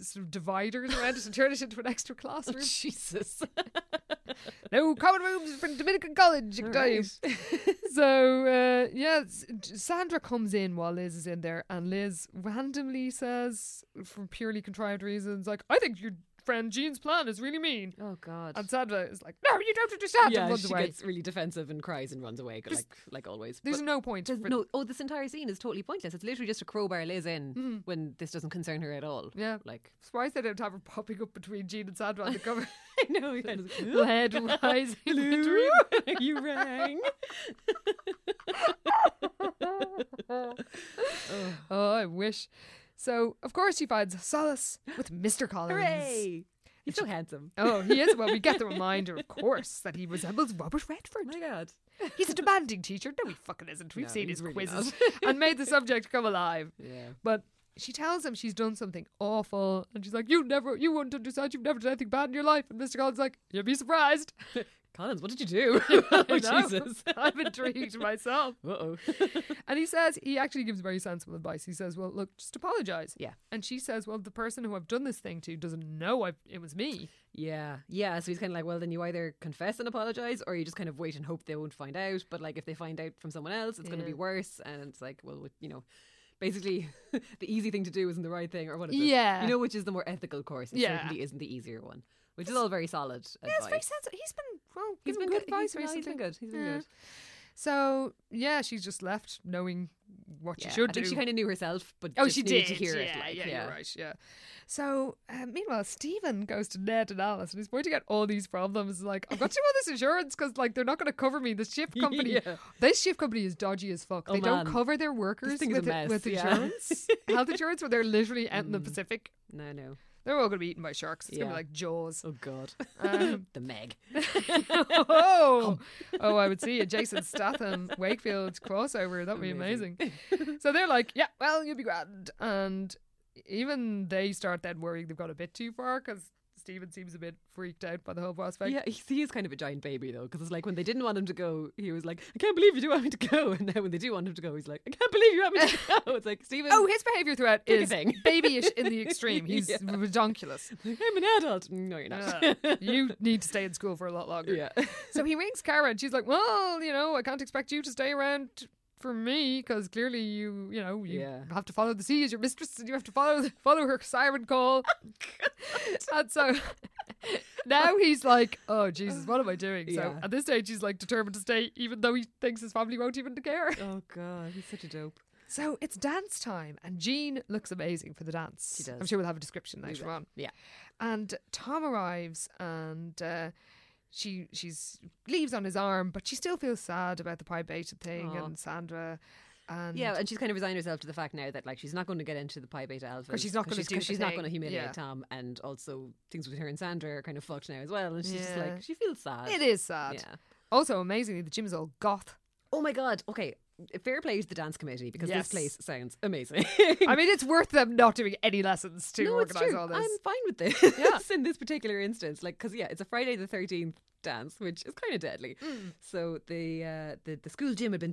sort of dividers around it and turn it into an extra classroom.
Jesus.
no common rooms from Dominican College. I can tell you.
Right.
So uh, yeah, S- Sandra comes in while Liz is in there, and Liz randomly says, from purely contrived reasons, like, "I think your friend Jean's plan is really mean."
Oh God.
And Sandra is like, "No, you don't understand."
yeah,
and runs
she
away.
gets really defensive and cries and runs away, like like always.
There's
But
no point.
there's
for-
no. Oh, this entire scene is totally pointless. It's literally just a crowbar Liz in when this doesn't concern her at all.
Yeah.
Like
Surprised they don't have her popping up between Jean and Sandra on the cover.
I know. yeah, just,
Little head rising. with the dream.
you rang.
Oh, I wish. So, of course, she finds solace with Mr. Collins.
Hooray! He's so handsome.
Oh, he is. Well, we get the reminder, of course, that he resembles Robert Redford.
Oh my God.
He's a demanding teacher. No, he fucking isn't. We've
No,
seen
he's
his
really
quizzes and made the subject come alive.
Yeah.
But she tells him she's done something awful, and she's like, "You never, you wouldn't understand. You've never done anything bad in your life." And Mr. Collins is like, "You'd be surprised."
Collins, what did you do? oh,
No,
Jesus.
I'm intrigued myself.
Uh oh.
And he says he actually gives very sensible advice. He says, "Well, look, just apologize."
Yeah.
And she says, "Well, the person who I've done this thing to doesn't know I it was me."
Yeah, yeah. So he's kind of like, well, then you either confess and apologize, or you just kind of wait and hope they won't find out. But like, if they find out from someone else, it's going to be
Yeah.
worse. And it's like, well, what- you know, basically, the easy thing to do isn't the right thing, or what is it?
Yeah.
you know, which is the more ethical course. It
Yeah.
certainly isn't the easier one, which is all very solid.
Yeah, it's very
advice.
sensible. He's been well,
He's
given
been
good
good.
advice
he's, no, he's
recently.
been good. He's been
Yeah.
good.
So yeah, she's just left knowing what
Yeah.
she should
I think
do.
she kind of knew herself, but
oh,
just
she
needed
did.
to hear
yeah,
it. Like,
yeah, you're right. Yeah. So uh, meanwhile, Stephen goes to Ned and Alice, and he's pointing out all these problems. Like, I've got to do all this insurance because like they're not going to cover me. The ship company,
Yeah.
this ship company is dodgy as fuck.
Oh,
they
man.
don't cover their workers
thing is a
with,
mess,
with
yeah.
insurance, health insurance, when they're literally out in the Pacific.
No, no.
They're all going to be eaten by sharks. It's going
Yeah.
to be like Jaws.
Oh God.
Um,
the Meg.
oh, oh, I would see a Jason Statham Wakefield crossover. That would be amazing.
Amazing.
so they're like, yeah, well, you'll be grand. And even they start then worrying they've gone a bit too far because Stephen seems a bit freaked out by the whole prospect.
yeah, he, he is kind of a giant baby though, because it's like when they didn't want him to go, he was like, "I can't believe you do want me to go," and then when they do want him to go, he's like, "I can't believe you want me to go." It's like Stephen,
Oh, his behavior throughout
Pick a
is
thing.
babyish in the extreme. He's
Yeah.
redonkulous.
I'm an adult. No, you're not.
Uh, you need to stay in school for a lot longer.
yeah,
So he rings Kara and she's like, well, you know, I can't expect you to stay around for me because clearly you, you know, you
Yeah.
have to follow the sea as your mistress and you have to follow follow her siren call.
Oh,
and so now he's like, oh, Jesus, what am I doing? So
Yeah.
at this stage, he's like determined to stay even though he thinks his family won't even care.
Oh god, he's such a dope.
So it's dance time and Jean looks amazing for the dance.
She does.
I'm sure we'll have a description later
will.
on.
Yeah.
And Tom arrives and uh, she she's leaves on his arm, but she still feels sad about the Pi Beta thing
Aw.
and Sandra. And
Yeah, and she's kind of resigned herself to the fact now that like she's not going to get into the Pi Beta Alpha
'Cause she's not gonna do the
she's not
thing.
going to humiliate
Yeah.
Tom, and also things with her and Sandra are kind of fucked now as well, and she's just
Yeah.
like she feels sad.
it is sad.
Yeah.
Also, amazingly, the gym is all goth.
Oh my god. Okay. Fair play to the dance committee because
Yes.
this place sounds amazing.
I mean, it's worth them not doing any lessons to
no, it's
organize
true.
all this.
I'm fine with this. in this particular instance, like because yeah, it's a Friday the thirteenth dance, which is kind of deadly.
Mm.
So the, uh, the the school gym had been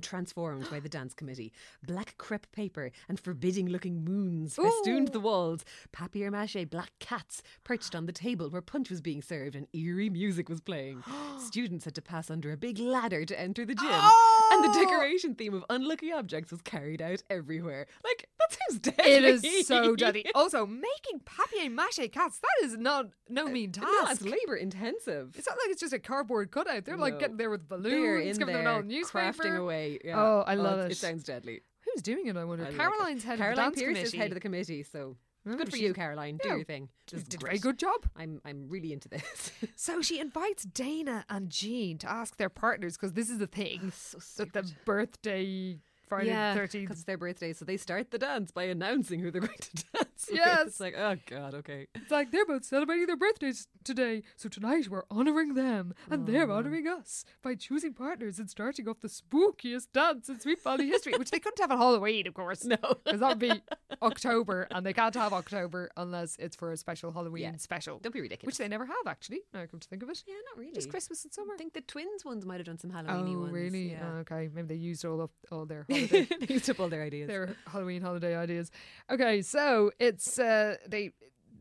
transformed by the dance committee. Black crepe paper and forbidding-looking moons festooned the walls. Papier-mâché black cats perched on the table where punch was being served and eerie music was playing. Students had to pass under a big ladder to enter the gym, and
Oh!
the decoration theme of unlucky objects was carried out everywhere. Like that sounds deadly.
It is so dirty. Also, making papier mache cats, that is not no mean task.
Uh, No, Ah, it's labor intensive.
It's not like it's just a cardboard cutout. They're like
No.
getting there with
They're
balloons,
in
giving
there,
them an old newspaper.
crafting away. yeah.
Oh, I love it.
it's- It sounds deadly.
Who's doing it? I wonder.
I like it.
Caroline's head
Caroline
of the dance
Pierce
committee.
is head of the committee, so good for
she's-
you, Caroline. Do
yeah,
your thing. This is
did a
great.
very good job.
I'm I'm really into this.
So she invites Dana and Jean to ask their partners because this is the thing
Ah, so
that the birthday Friday the
because
thirteenth.
it's their birthday, so they start the dance by announcing who they're going to dance. with.
Yes.
it's like oh god, okay.
It's like they're both celebrating their birthdays today, so tonight we're honouring them and they're honouring us by choosing partners and starting off the spookiest dance in Sweet Valley history, which they couldn't have on Halloween, of course.
No,
Because that would be October, and they can't have October unless it's for a special Halloween
Yeah.
special,
don't be ridiculous.
which they never have actually. Now I come to think of it,
yeah, not really.
just Christmas and summer.
I think the twins ones might have done some Halloweeny
Oh,
ones.
really?
Yeah.
Oh, okay, maybe they used all of all their
Uh, they
holiday,
used up all their ideas.
their Halloween holiday ideas. Okay, so it's uh, they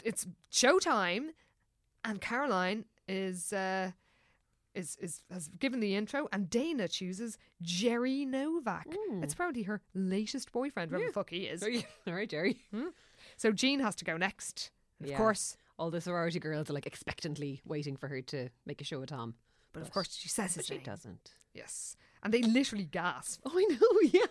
it's showtime, and Caroline is uh, is, is has given the intro, and Dana chooses Jerry Novak. It's probably her latest boyfriend, whatever the fuck he is.
So you- All right, Jerry.
So Jean has to go next. Of
Yeah.
course.
All the sorority girls are like expectantly waiting for her to make a show of Tom.
But of course she says
But
his
she
name.
doesn't.
Yes. And they literally gasp.
Oh, I know. Yeah,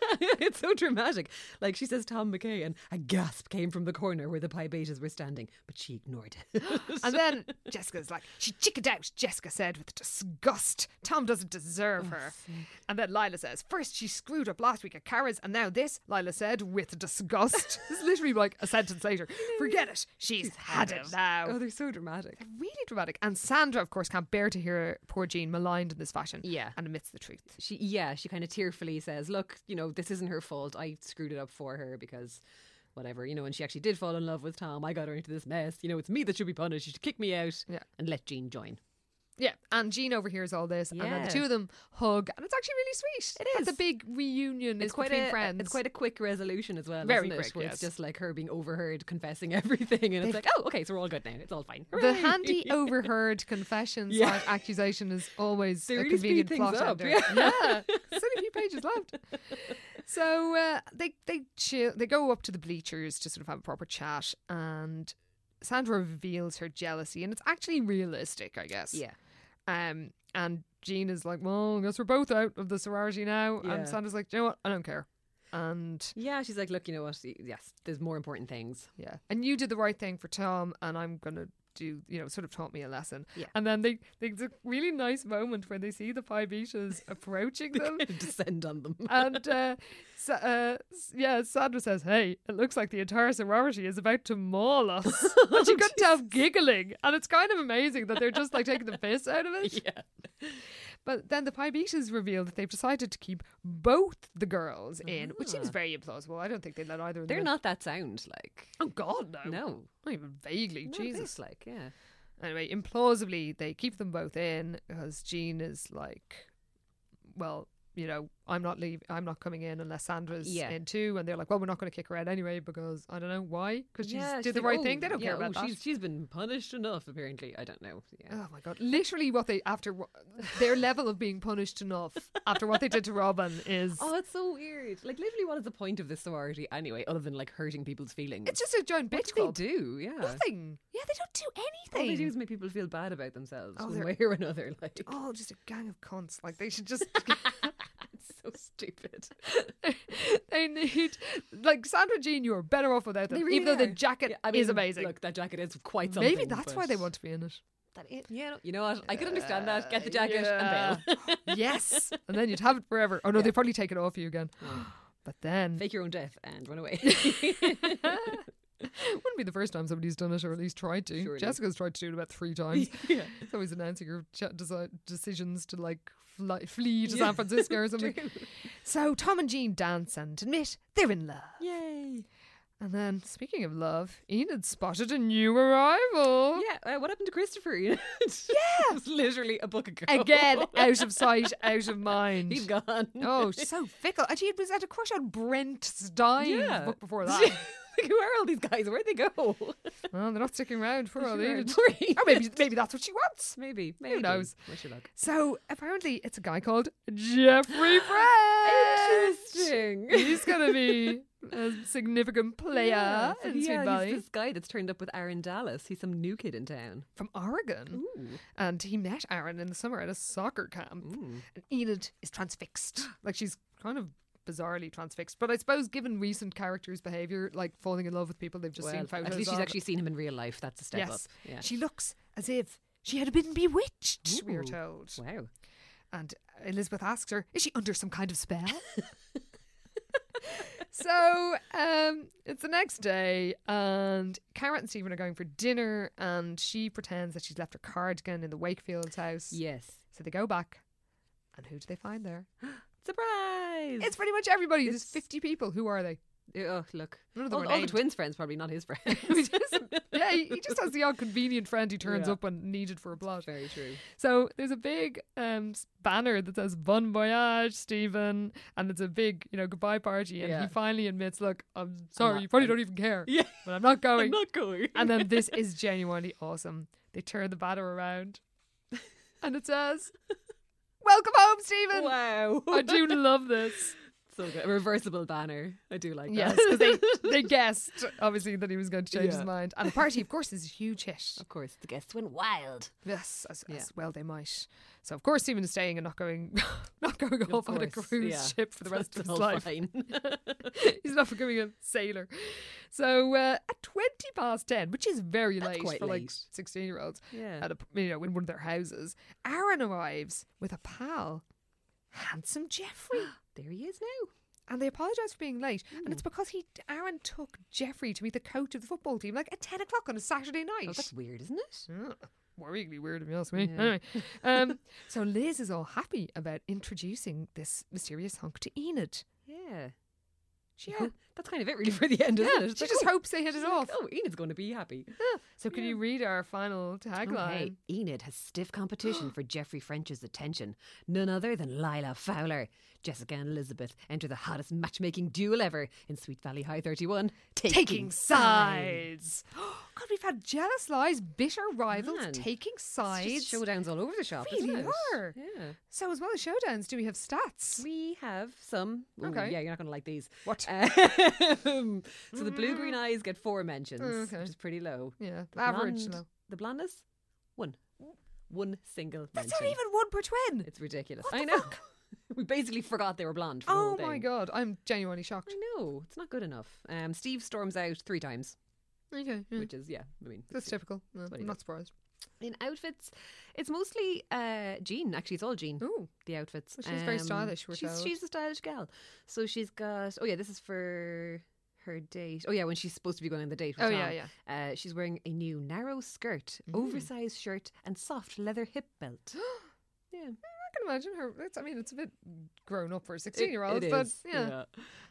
it's so dramatic. Like she says, Tom McKay, and a gasp came from the corner where the Pi Betas were standing, but she ignored it.
And then Jessica's like, she chickened out, Jessica said with disgust. Tom doesn't deserve her. And then Lila says, first she screwed up last week at Kara's, and now this, Lila said with disgust. it's literally like a sentence later. Forget it. She's, had it now.
oh, they're so dramatic.
really dramatic. And Sandra, of course, can't bear to hear poor Jean maligned in this fashion.
Yeah.
And admits the truth.
She, yeah, she kind of tearfully says, "Look, you know, this isn't her fault. I screwed it up for her because." Whatever, you know, and she actually did fall in love with Tom. I got her into this mess. You know, it's me that should be punished. She should kick me out
Yeah.
and let Jean join.
Yeah. And Jean overhears all this, and then
Yeah.
the two of them hug, and it's actually really sweet. It is. It's a big reunion. It's,
quite
between
a,
friends.
It's quite a quick resolution as well,
Very
isn't it?
quick,
Where
yes.
It's just like her being overheard confessing everything, and it's like, oh, okay, so we're all good now. It's all fine.
The
Hooray.
handy overheard confession
Yeah.
slash accusation is always
They
a
really
convenient
speed things
plot
up,
ender.
yeah.
yeah. There's only a few pages left. So uh, they they chill, they go up to the bleachers to sort of have a proper chat, and Sandra reveals her jealousy, and it's actually realistic, I guess.
Yeah.
Um, and Jean is like, "Well, I guess we're both out of the sorority now,"
Yeah.
and Sandra's like, "Do you know what? I don't care." And
Yeah, she's like, look, you know what? y- Yes, there's more important things.
Yeah. And you did the right thing for Tom, and I'm going to do, you know, sort of taught me a lesson.
Yeah.
And then they, they, it's a really nice moment where they see the Pi Betas approaching them.
Descend on them.
And Um, uh, Sa- uh, s- yeah, Sandra says, "Hey, it looks like the entire sorority is about to maul us." and she
Oh,
couldn't help giggling, and it's kind of amazing that they're just like taking the piss out of it.
yeah.
But then the Pi Betas reveal that they've decided to keep both the girls in, which seems
Ah.
very implausible. I don't think they let either of them.
They're
in.
not that sound, like.
Oh God, no,
No.
not even vaguely.
Not a
Jesus,
bit, like, yeah.
Anyway, implausibly, they keep them both in because Jean is like, well, you know, I'm not leave, I'm not coming in unless Sandra's
Yeah.
in too, and they're like, well, we're not going to kick her out anyway because I don't know why because she
Yeah,
did
she's
the
like,
right
"Oh,
thing. They don't
yeah,
care about
oh,
that.
She's, she's been punished enough, apparently. I don't know. Yeah.
Oh my god! Literally, what they after wha- their level of being punished enough after what they did to Robin is
Oh, it's so weird. Like, literally, what is the point of this sorority anyway, other than like hurting people's feelings?
it's just a giant
what
bitch
do
club.
they do? Yeah.
Nothing. Yeah, they don't do
All
anything.
they do is make people feel bad about themselves
Oh,
one
they're-
way or another. Like,
oh, just a gang of cunts. Like they should just
it's so stupid.
they need like Sandra Jean. You are better off without them,
They really
even though the
are.
jacket
Yeah, I
is
mean,
amazing.
Look, that jacket is quite something.
Maybe that's why
but-
they want to be in it.
Yeah, no, you know what? I can understand that. Get the jacket and bail.
yes, and then you'd have it forever. Oh no, they probably take it off you again. But then
Fake your own death and run away.
it wouldn't be the first time somebody's done it, or at least tried to.
Surely.
Jessica's tried to do it about three times.
yeah.
It's always announcing her ch- desi- decisions to like fly, flee to San Francisco or something. So Tom and Jean dance and admit they're in love.
Yay.
And then, speaking of love, Enid spotted a new arrival.
Yeah. Uh, what happened to Christopher? yeah. It was literally a book ago.
Again, out of sight, out of mind.
He's gone.
Oh, she's so fickle. And she was at a crush on Brent Stein
Yeah.
book before that.
like, who are all these guys? Where'd they go?
well, they're not sticking around for all
Sure,
Enid.
sorry.
Or maybe, maybe that's what she wants.
Maybe. Maybe.
knows?
Wish you luck.
So apparently, it's a guy called Jeffrey Brent.
Interesting.
He's going to be a significant player
Yeah, so uh,
in Sweet
he's
Valley
this guy that's turned up with Aaron Dallas. He's some new kid in town.
from Oregon.
Ooh.
And he met Aaron in the summer at a soccer camp.
Hmm.
And Enid is transfixed. like she's kind of bizarrely transfixed. But I suppose given recent characters' behaviour, like falling in love with people they've just seen photos
at least she's
of,
actually seen him in real life. That's a step
yes,
up. Yeah.
she looks as if she had been bewitched. We are
Ooh.
told.
Wow.
And Elizabeth asks her, "Is she under some kind of spell?" so um, it's the next day, and Karen and Stephen are going for dinner, and she pretends that she's left her cardigan in the Wakefield's house.
Yes.
So they go back, and who do they find there?
Surprise!
It's pretty much everybody. There's 50 people. Who are they?
oh look,
None of them
all,
are
all the
named.
twins' friends probably not his friends.
He just- yeah, he, he just has the odd convenient friend who turns
Yeah.
up when needed for a plot.
Very true.
So there's a big um, s- banner that says Bon Voyage, Stephen, and it's a big, you know, goodbye party. And he
Yeah.
finally admits, look, I'm sorry,
not-
you probably don't even care,
Yeah,
but I'm not going.
not going.
and then this is genuinely awesome. They turn the banner around. and it says, "Welcome home, Stephen."
Wow.
I do love this.
So good. A reversible banner. I do like
Yes,
that.
because they, they guessed obviously that he was going to change
Yeah.
his mind, and the party, of course, is a huge hit.
Of course, the guests went wild.
Yes, as,
Yeah.
as well they might. So of course Stephen is staying and not going, not going off on a
course,
cruise
yeah.
ship for the rest of his
That's all
life.
fine.
He's not becoming a sailor. So uh, at twenty past ten, which is very
That's
late
quite
for like
late.
sixteen-year-olds,
Yeah.
at a, you know in one of their houses, Aaron arrives with a pal, handsome Jeffrey.
there he is now.
And they apologise for being late, and it's because he Aaron took Jeffrey to meet the coach of the football team like at ten o'clock on a Saturday night.
Oh, that's weird, isn't it?
Ugh, Oh, worryingly weird if you ask me. Anyway, um, so Liz is all happy about introducing this mysterious hunk to Enid.
Yeah.
She,
That's kind of it really for the end, isn't
yeah,
it? It's
she
like,
just
oh,
hopes they hit
she's
it
like,
off.
Oh, Enid's going to be happy.
So can you read our final tagline?
Okay, Oh, Enid has stiff competition for Geoffrey French's attention. None other than Lila Fowler. Jessica and Elizabeth enter the hottest matchmaking duel ever in Sweet Valley High 31. Taking,
Taking
sides.
sides. God, we've had jealous lies, bitter rivals,
Man,
taking
It's
sides.
just showdowns all over the shop.
Really
isn't it?
are.
Yeah.
So as well as showdowns, do we Uh, have stats?
We have some. Ooh,
Okay.
Yeah, you're not going to like these.
What?
Um, so the blue green eyes get four mentions,
okay.
which is pretty low.
yeah,
The
average.
blonde-
though.
The blondness, one. One single
That's
mention.
not even one per twin.
It's ridiculous.
What
I
the
know. we basically forgot they were blonde. For the whole
oh my
thing.
god, I'm genuinely shocked.
I know it's not good enough. Um, Steve storms out three times,
Okay, yeah.
which is Mm, yeah. I mean,
Mm. that's typical. No,
do you
I'm
do?
not surprised.
in outfits, it's mostly uh, Jean. Actually, it's all Jean.
Ooh,
The outfits. Um,
Well, she's very stylish, we're
she's,
told.
she's a stylish gal. So she's got. Oh yeah, this is for her date. Oh yeah, when she's supposed to be going on the date. With
Oh, yeah, Mm.
Tom.
yeah.
Uh, she's wearing a new narrow skirt, oversized shirt, and soft leather hip belt. yeah.
I can imagine her. It's, I mean, it's a bit grown up for a 16 year old, but yeah.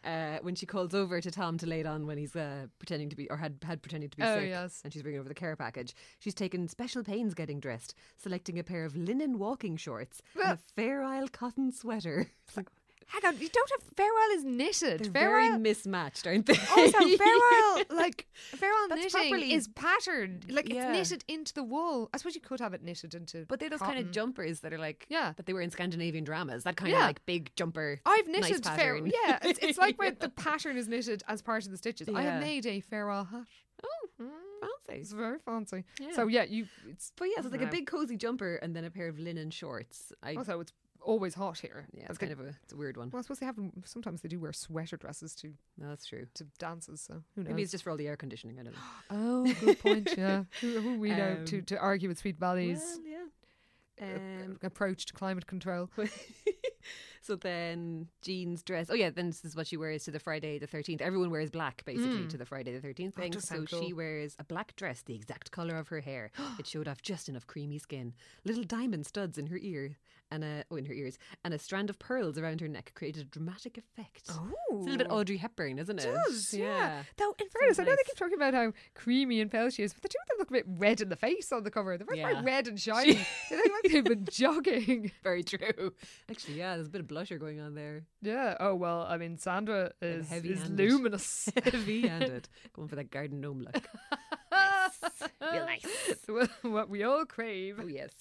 Uh, when she calls over to Tom to lay it on when he's uh, pretending to be or had had pretending to be
Oh,
sick,
yes.
and she's bringing over the care package. She's taken special pains getting dressed, selecting a pair of linen walking shorts and a Fair Isle cotton sweater. It's like,
Hang on, you don't have Farewell is knitted.
they're very
Farewell.
mismatched, aren't they?
Also, Farewell, like, Farewell
That's
knitting
properly-
is patterned. Like,
Yeah.
it's knitted into the wool. I suppose you could have it knitted into.
but they're those kind
cotton.
of jumpers that are like
Yeah.
that they were in Scandinavian dramas. That kind
Yeah.
of like big jumper.
I've
nice
knitted Farewell.
pattern.
Yeah, it's, it's like where the pattern is knitted as part of the stitches. I
Yeah.
have made a Farewell hat.
oh,
It's
fancy.
very fancy.
Yeah.
So, yeah, you. It's.
But yeah, so it's like
Wow.
a big cozy jumper and then a pair of linen shorts. I
Also, it's always hot here.
yeah,
That's
it's kind of a it's a weird one.
Well, I suppose they have. Sometimes they do wear sweater dresses to,
No, that's true.
to dances, so who knows?
Maybe it's just for all the air conditioning. I don't know.
Oh, good point. Yeah, who, who we know to,
Um,
to argue with Sweet Valley's
yeah. Um,
approach to climate control?
so then jeans, dress. Oh yeah, then this is what she wears to the Friday the thirteenth. Everyone wears black basically to the Friday the thirteenth thing.
Hmm. does
So
sound
she
cool.
wears a black dress, the exact color of her hair. it showed off just enough creamy skin, little diamond studs in her ear, and a oh in her ears, and a strand of pearls around her neck created a dramatic effect.
Oh,
It's a little bit Audrey Hepburn, isn't it?
Though, in fairness, I know they
nice.
keep talking about how creamy and pale she is, but the two of them look a bit red in the face on the cover. They're very, very
Yeah.
red and shiny. they look like they've been jogging.
Very true. Actually, yeah, there's a bit of blusher going on there.
Yeah. Oh well. I mean, Sandra is is
heavy-handed.
luminous.
Heavy-handed. Going for that garden gnome look. Real nice.
what we all crave.
Oh yes.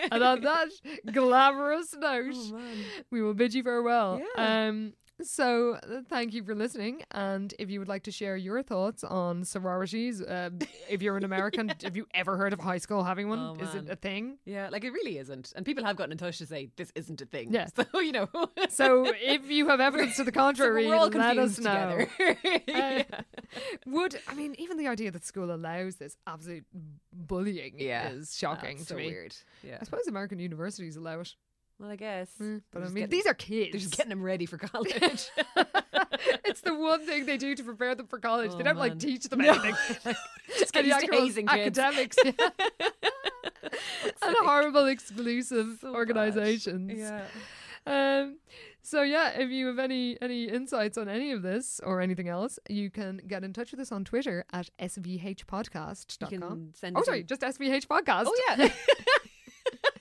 and on that glamorous note,
Oh, man.
we will bid you farewell.
Yeah.
Um, so uh, thank you for listening. And if you would like to share your thoughts on sororities, uh, if you're an American, have you ever heard of high school having one?
Oh,
Is it
man.
a thing?
yeah, like it really isn't. And people have gotten in touch to say this isn't a thing.
Yeah.
So you know.
So if you have evidence to the contrary,
we're all
let us
confused
know.
together.
Uh, Would I mean even the idea that school allows this absolute bullying
Yeah.
is shocking
That's
to
so
me.
weird. Yeah.
I suppose American universities allow it,
Well, I guess.
Mm, but
They're
I
just
mean
getting-
these are kids.
They're just getting them ready for college.
it's the one thing they do to prepare them for college. they
Oh,
don't like
man.
teach them
No.
anything.
just
Any
getting used to
actual
hazing kids.
academics yeah. and horrible exclusive
So bad.
organizations.
Yeah.
Um, so yeah, if you have any any insights on any of this or anything else, you can get in touch with us on Twitter at svhpodcast.com.
You can send
Oh
us
sorry, Oh,
in-
just svhpodcast.
Oh yeah.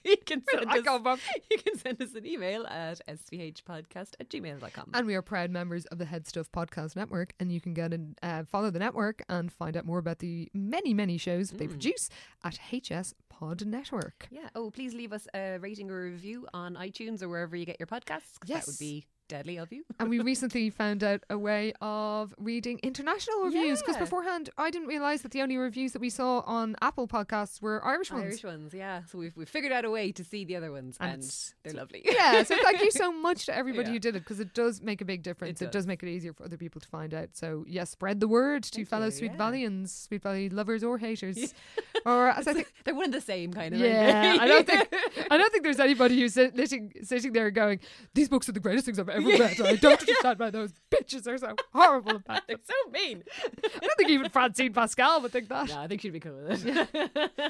you can send
that
us,
come from?
You can send us an email at svhpodcast at gmail.com.
And we are proud members of the Head Stuff Podcast Network, and you can get and uh, follow the network and find out more about the many, many shows
Mm.
they produce at HS Pod Network.
yeah. Oh, please leave us a rating or review on iTunes or wherever you get your podcasts. 'cause That
Yes.
would be deadly of you.
and we recently found out a way of reading international reviews because
Yeah.
beforehand I didn't realize that the only reviews that we saw on Apple podcasts were Irish ones.
Irish ones, yeah. So we've, we've figured out a way to see the other ones,
And
and,
it's-
they're lovely.
yeah, so thank you so much to everybody
Yeah.
who did it because it does make a big difference. It does.
does.
make it easier for other people to find out. So, yes, spread the word to
Thank
fellow
you,
Sweet
yeah.
Valleyans, Sweet Valley lovers or haters, or as I think
they're one of the same kind of.
Yeah,
aren't they?
I don't think I don't think there's anybody who's sit- sitting sitting there going, "These books are the greatest things I've ever read." I don't understand why those bitches are so horrible about
they're
them.
so mean.
I don't think even Francine Pascal would think that.
no, I think she'd be cool with it.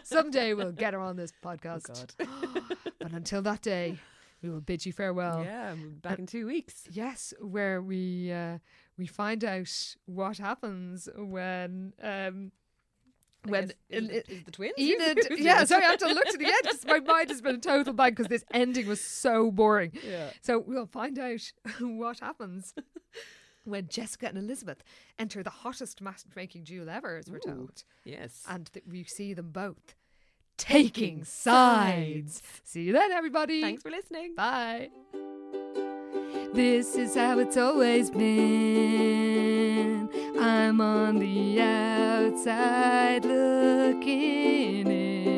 Someday we'll get her on this podcast.
Oh, God.
but until that day, we will bid you farewell.
yeah, I'm
uh,
back in two weeks.
Yes, where we uh, we find out what happens when um,
I
when
guess, is,
in-
it- is it the twins?
Enid. Yeah, sorry, I have to look to the end because my mind has been a total blank because this ending was so boring.
Yeah.
So we'll find out what happens when Jessica and Elizabeth enter the hottest matchmaking duel ever, as we're told,
Yes.
and that we see them both taking sides. See you then, everybody.
Thanks for listening.
Bye. This is how it's always been. I'm on the outside looking in.